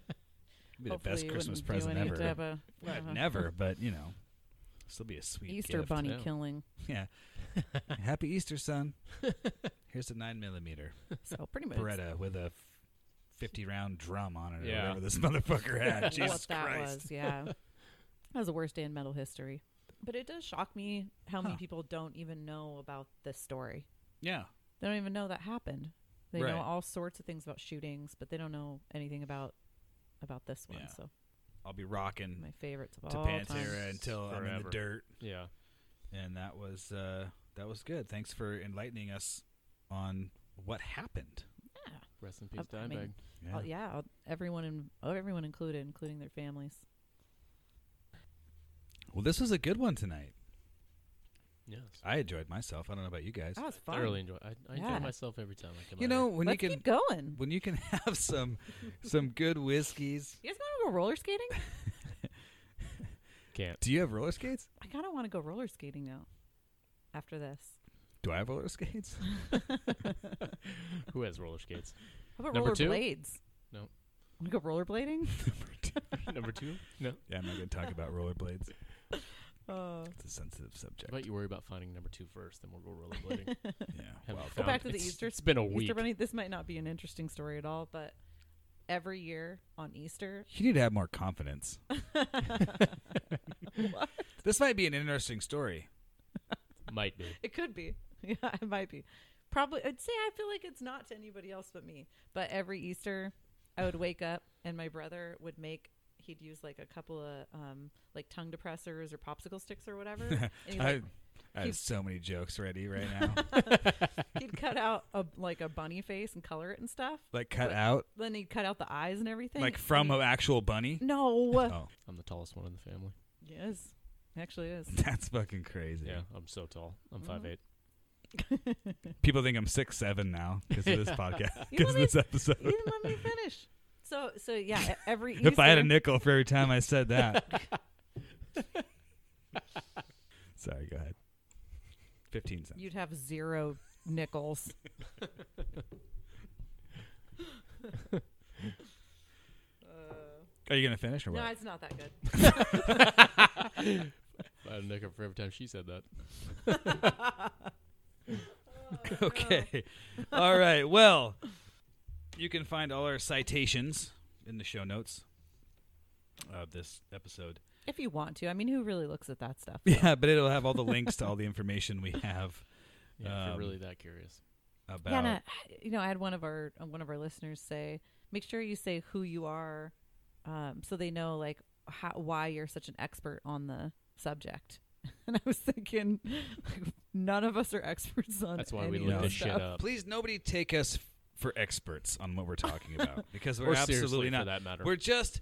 the hopefully best it Christmas wouldn't do present any- to ever. [LAUGHS] have a- Well, have a never, but you know, still be a sweet Easter gift. bunny Yeah. killing. [LAUGHS] Yeah. Happy Easter, son. Here's a nine [LAUGHS] millimeter So pretty much Beretta with a fifty round drum on it, Yeah. or whatever this [LAUGHS] motherfucker I had. don't know Jesus [LAUGHS] what that Christ. [LAUGHS] was. Yeah, that was the worst day in metal history. But it does shock me how many Huh. people don't even know about this story. Yeah. They don't even know that happened. They know Right. all sorts of things about shootings, but they don't know anything about about this one. Yeah. So I'll be rocking my favorites of to all time. Pantera until I'm in Forever. the dirt. yeah, And that was uh that was good. Thanks for enlightening us on what happened. Yeah. rest in peace, I- I Dimebag. mean, Yeah. Yeah, yeah all- everyone in, oh, everyone included, including their families. Well, this was a good one tonight. yeah, I enjoyed myself. I don't know about you guys. That was I fun. thoroughly enjoy. I, I Yeah. enjoy myself every time I come. you out know here. when Ah, Let's you can keep going. when you can [LAUGHS] have some some good whiskeys. You guys want to go roller skating? can't. Do you have roller skates? I kind of want to go roller skating now. After this, Do I have roller [LAUGHS] skates? [LAUGHS] Who has roller skates? how about Number roller two? blades? No. Want to go rollerblading? Number two? No. yeah, I'm not going to talk about rollerblades. [LAUGHS] Uh, It's a sensitive How subject. about you worry about finding number two first, then we'll go [LAUGHS] rollerblading. yeah. Have well, you go found back it? to the It's- Easter It's been a week. Easter Bunny. This might not be an interesting story at all, but every year on Easter, [LAUGHS] you need to have more confidence. This might be an interesting story. Might be. it could be. [LAUGHS] Yeah, it might be. Probably. I'd say I feel like it's not to anybody else but me. But every Easter, I would wake up and my brother would make. He'd use like a couple of um, like tongue depressors or popsicle sticks or whatever. and he'd, I, like, I have he's- so many jokes ready right [LAUGHS] now. he'd cut out a, like a bunny face and color it and stuff. like cut out, Then he'd cut out the eyes and everything. like from And an actual bunny. he- no. Oh, [LAUGHS] I'm the tallest one in the family. Yes, [LAUGHS] actually is. that's fucking crazy. Yeah, I'm so tall. I'm Mhm. five eight. People think I'm six seven now because of this podcast, You because of know, this episode. You didn't let me finish. So so yeah, e- every [LAUGHS] Easter, If I had a nickel for every time I said [LAUGHS] that. Sorry, go ahead. 15 cents. you'd have zero nickels. [LAUGHS] Are you going to finish or what? no, it's not that good. I had a nickel for every time she said that. [LAUGHS] [LAUGHS] okay. [LAUGHS] all right. Well, you can find all our citations in the show notes of this episode. If you want to, I mean, who really looks at that stuff? Yeah, but it'll have all the links to all the information we have Yeah, if Um, you're really that curious. about. [LAUGHS] Yeah, and I, you know, I had one of our uh, one of our listeners say, make sure you say who you are, um, so they know like how, why you're such an expert on the subject. [LAUGHS] And I was thinking, [LAUGHS] like, none of us are experts on. That's why we any of looked No. this this shit stuff. [LAUGHS] up. Please, nobody take us f- for experts on what we're talking [LAUGHS] about because we're Or seriously, absolutely for not. that matter. We're just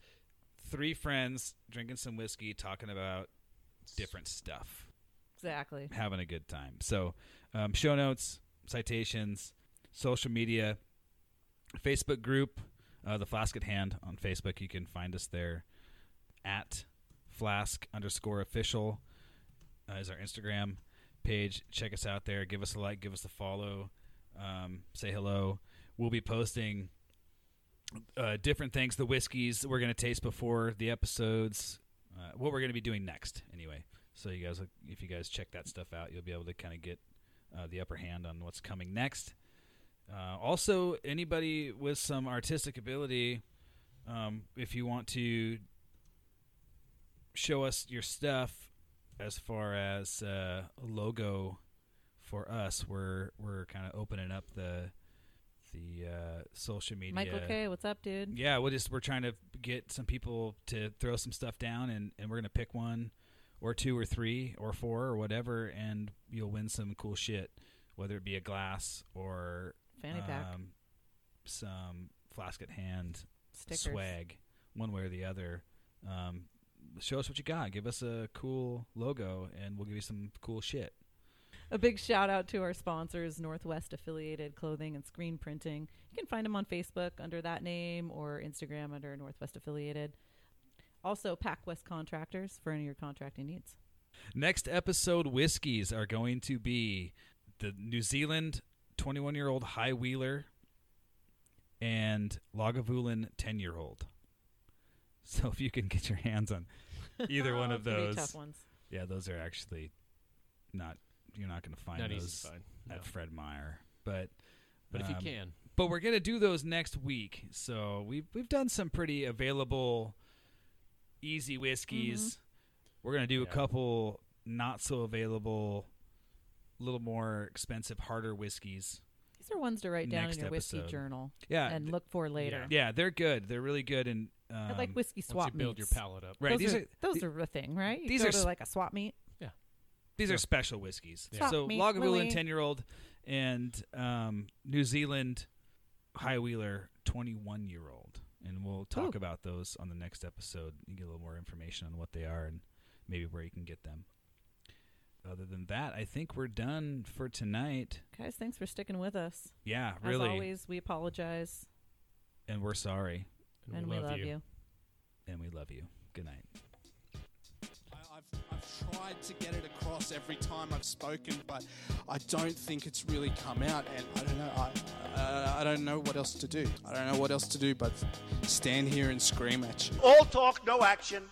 three friends drinking some whiskey, talking about different stuff. Exactly. having a good time. So, um, show notes, citations, social media, Facebook group, uh, the Flask at Hand on Facebook. You can find us there at Flask underscore official uh, is our Instagram page. Check us out there. Give us a like. Give us a follow. Um, say hello. We'll be posting uh, different things. The whiskeys we're going to taste before the episodes. Uh, what we're going to be doing next, anyway. So you guys, if you guys check that stuff out, you'll be able to kind of get uh, the upper hand on what's coming next. Uh, also, anybody with some artistic ability, um, if you want to show us your stuff, as far as uh, logo for us, we're we're kind of opening up the the uh, social media. Michael K, what's up, dude? Yeah, we'll just we're trying to get some people to throw some stuff down, and and we're gonna pick one, or two, or three, or four, or whatever, and you'll win some cool shit, whether it be a glass or Fanny pack um, some flask at hand stickers. swag, one way or the other. Um, show us what you got. Give us a cool logo, and we'll give you some cool shit. A big shout out to our sponsors, Northwest Affiliated Clothing and Screen Printing. You can find them on Facebook under that name or Instagram under Northwest Affiliated. Also, Pack West Contractors for any of your contracting needs. Next episode whiskeys are going to be the New Zealand 21 year old High Wheeler and Lagavulin 10 year old. So if you can get your hands on either [LAUGHS] one of Those can Oh, be those, tough ones. yeah, those are actually not you're not going to find Not easy those to find. at no. Fred Meyer, but But if you um, can, but we're gonna do those next week. So we've we've done some pretty available, easy Mm-hmm. whiskeys. We're gonna do a Yeah. couple not so available, a little more expensive, harder whiskeys. These are ones to write down Next in your whiskey episode. journal Yeah, and th- look for later. yeah, they're good. They're really good. And um, I like whiskey once swap you build your meets. palate up, Right, Those these are, are- those the- are the thing, right? You these go are to s- like a swap meet. these Yeah. are special whiskeys. Yeah. So Swap meet, Lagavulin Louis. ten year old and um, New Zealand High Wheeler twenty one year old, and we'll talk Ooh. about those on the next episode. You get a little more information on what they are and maybe where you can get them. Other than that, I think we're done for tonight. Guys, thanks for sticking with us. Yeah, As really, always, we apologize and we're sorry, and, and we love, you. and we love you. Good night. I- I've, I've tried to get it across every time I've spoken, but I don't think it's really come out. And I don't know. I, uh, I, I don't know what else to do. I don't know what else to do but stand here and scream at you. All talk, no action.